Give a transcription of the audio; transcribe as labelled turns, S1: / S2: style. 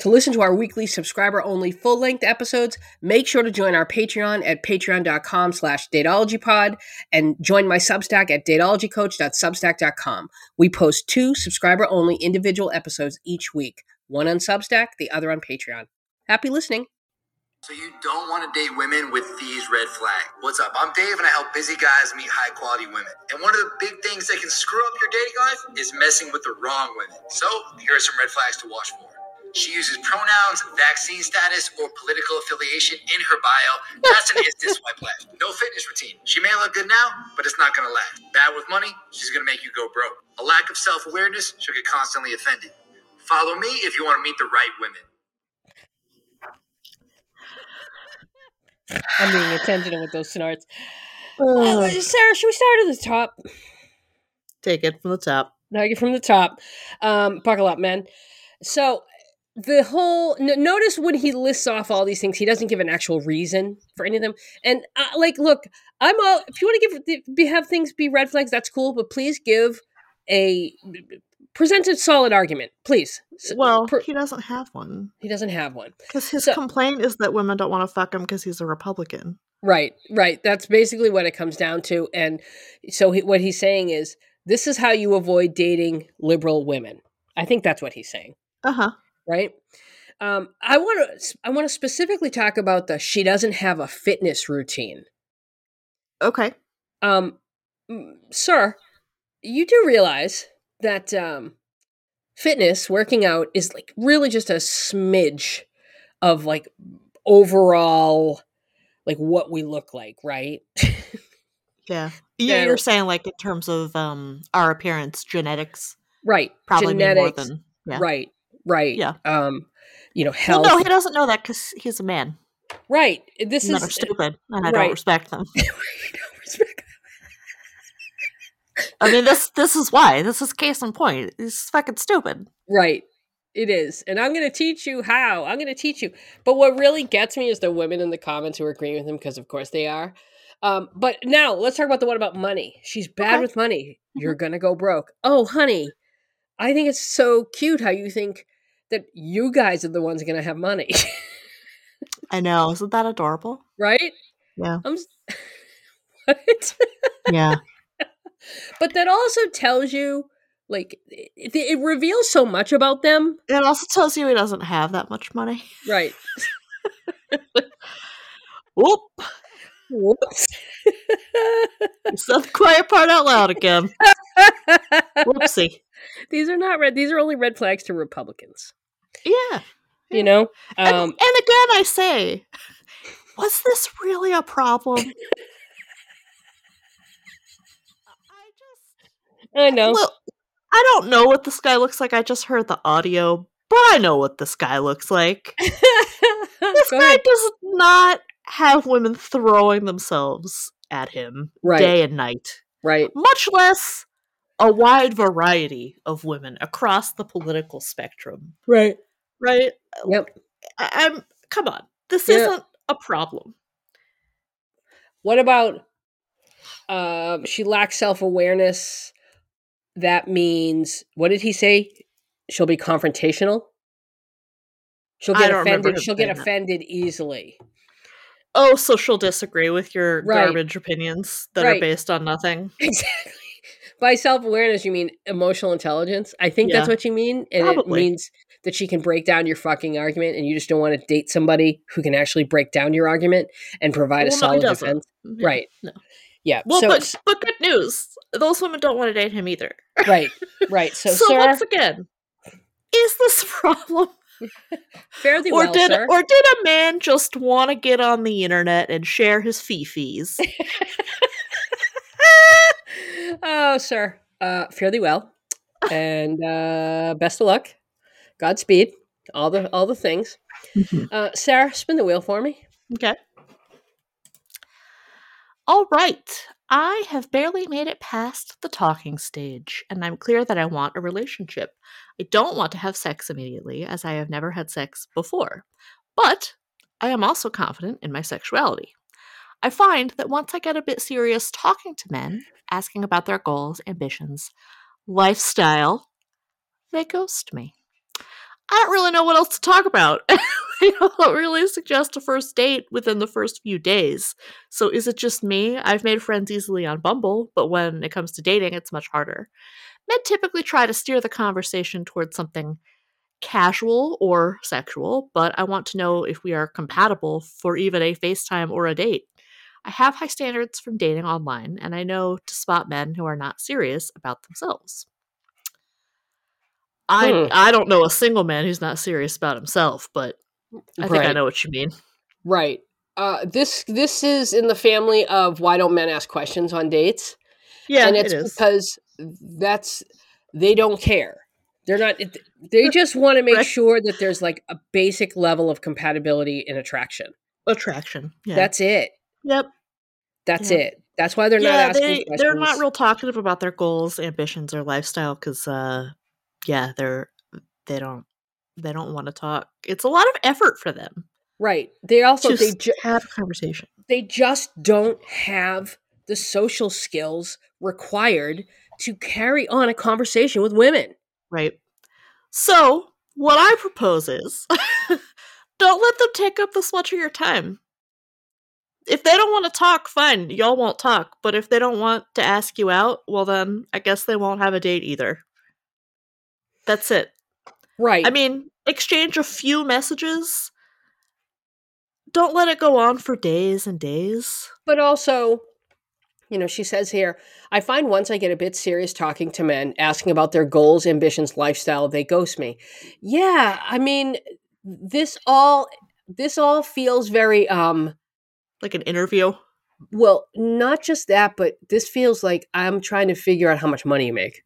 S1: To listen to our weekly subscriber-only full-length episodes, make sure to join our Patreon at patreon.com slash datologypod and join my Substack at datologycoach.substack.com. We post two subscriber-only individual episodes each week, one on Substack, the other on Patreon. Happy listening.
S2: So you don't want to date women with these red flags. What's up? I'm Dave and I help busy guys meet high quality women. And one of the big things that can screw up your dating life is messing with the wrong women. So here are some red flags to watch for. She uses pronouns, vaccine status, or political affiliation in her bio. That's an instant swipe left. No fitness routine. She may look good now, but it's not gonna last. Bad with money, she's gonna make you go broke. A lack of self awareness, she'll get constantly offended. Follow me if you want to meet the right women.
S1: I'm being intentional with those snorts.
S3: Ugh.
S1: Sarah, should we start at the top?
S3: Take it from the top.
S1: Now you're from the top. Um, buckle up, man. So the whole n- notice when he lists off all these things, he doesn't give an actual reason for any of them. And uh, like, look, I'm all. If you want to give be, have things be red flags, that's cool. But please give a present a solid argument, please. S- uh,
S3: Well,
S1: per-
S3: he doesn't have one
S1: he doesn't have one.
S3: because his
S1: So-
S3: complaint is that women don't want to fuck him because he's a Republican.
S1: Right, right. That's basically what it comes down to. And so he, what he's saying is, this is how you avoid dating liberal women. I think that's what he's saying.
S3: Uh huh.
S1: right? Um, I want to I want to specifically talk about the she doesn't have a fitness routine.
S3: Okay.
S1: Um, mm, sir, you do realize that um, fitness, working out, is like really just a smidge of like overall, like what we look like, right?
S3: Yeah. You're,
S1: Yeah.
S3: you're saying like in terms of um our appearance, genetics
S1: right.
S3: probably mean more than yeah.
S1: Right. Right.
S3: Yeah.
S1: Um, you know,
S3: Well,
S1: health.
S3: no, he doesn't know that because he's a man.
S1: right. This
S3: Men are
S1: is. uh,
S3: stupid, and I
S1: right.
S3: don't respect them. I mean, this this is why. This is case in point. He's fucking stupid.
S1: Right. It is. And I'm going to teach you how. I'm going to teach you. But what really gets me is the women in the comments who are agreeing with him because, of course, they are. Um, but now let's talk about the one about money. She's bad
S3: Okay. Mm-hmm.
S1: with money. You're going to go broke. Oh, honey, I think it's so cute how you think that you guys are the ones going to have money.
S3: I know. Isn't that adorable?
S1: right?
S3: Yeah.
S1: I'm. s- what?
S3: Yeah.
S1: But that also tells you, like, it, it reveals so much about them.
S3: it also tells you he doesn't have that much money.
S1: Right.
S3: Whoop!
S1: Whoops.
S3: You said the quiet part out loud again. Whoopsie.
S1: these are not red these are only red flags to republicans
S3: Yeah.
S1: you know
S3: And,
S1: um
S3: and again, I say, was this really a problem? I just
S1: i know
S3: look. I don't know what this guy looks like. I just heard the audio, but I know what this guy looks like. This
S1: Go
S3: guy
S1: ahead.
S3: does not have women throwing themselves at him
S1: right
S3: day and night,
S1: right
S3: much less a wide variety of women across the political spectrum.
S1: right
S3: Right?
S1: yep
S3: I- I'm come on. This
S1: Yeah.
S3: isn't a problem.
S1: what about um she lacks self-awareness that means what did he say she'll be confrontational she'll
S3: I
S1: get
S3: don't remember
S1: offended
S3: him
S1: she'll get
S3: saying that.
S1: offended easily
S3: Oh, so she'll disagree with your
S1: Right.
S3: garbage opinions that
S1: Right.
S3: are based on nothing.
S1: exactly by self-awareness you mean emotional intelligence i think that's
S3: Yeah.
S1: what you mean and
S3: Probably.
S1: it means that she can break down your fucking argument and you just don't want to date somebody who can actually break down your argument and provide
S3: Well, no,
S1: a
S3: he
S1: solid
S3: doesn't.
S1: defense
S3: Yeah.
S1: right
S3: No.
S1: yeah
S3: Well,
S1: so
S3: but but good news. Those women don't want to date him either.
S1: right right so,
S3: So,
S1: sir
S3: once again, is this a problem,
S1: fare thee
S3: or
S1: well
S3: did
S1: sir
S3: or did a man just want to get on the internet and share his fifis?
S1: oh sir uh fare thee well and uh best of luck godspeed all the all the things uh sarah spin the wheel for me
S3: Okay. All right. I have barely made it past the talking stage, and I'm clear that I want a relationship. I don't want to have sex immediately, as I have never had sex before. But I am also confident in my sexuality. I find that once I get a bit serious talking to men, asking about their goals, ambitions, lifestyle, they ghost me. I don't really know what else to talk about. I don't really suggest a first date within the first few days. So is it just me? I've made friends easily on Bumble, but when it comes to dating, it's much harder. Men typically try to steer the conversation towards something casual or sexual, but I want to know if we are compatible for even a FaceTime or a date. I have high standards from dating online, and I know to spot men who are not serious about themselves. I
S1: Hmm.
S3: I don't know a single man who's not serious about himself, but I think I
S1: Right.
S3: know what you mean.
S1: Right. Uh, this this is in the family of why don't men ask questions on dates?
S3: Yeah,
S1: and it's
S3: it is.
S1: because that's they don't care. They're not. it- They just want to make
S3: Right.
S1: sure that there's like a basic level of compatibility and attraction.
S3: Attraction. Yeah.
S1: That's it.
S3: yep.
S1: That's
S3: Yeah.
S1: it. That's why they're not
S3: yeah,
S1: asking
S3: they
S1: questions.
S3: they're not real talkative about their goals, ambitions, or lifestyle because, uh, yeah, they're they don't they don't want to talk. It's a lot of effort for them
S1: right. They also
S3: to
S1: they
S3: s-
S1: ju-
S3: have a conversation.
S1: they just don't have the social skills required to carry on a conversation with women.
S3: Right. So, what I propose is don't let them take up this much of your time. If they don't want to talk, fine, y'all won't talk. But if they don't want to ask you out, well, then I guess they won't have a date either. That's it.
S1: Right.
S3: I mean, exchange a few messages. Don't let it go on for days and days.
S1: but also you know she says here i find once i get a bit serious talking to men asking about their goals ambitions lifestyle they ghost me yeah i mean this all this all feels very um
S3: Like an interview.
S1: well not just that but this feels like i'm trying to figure out how much money you make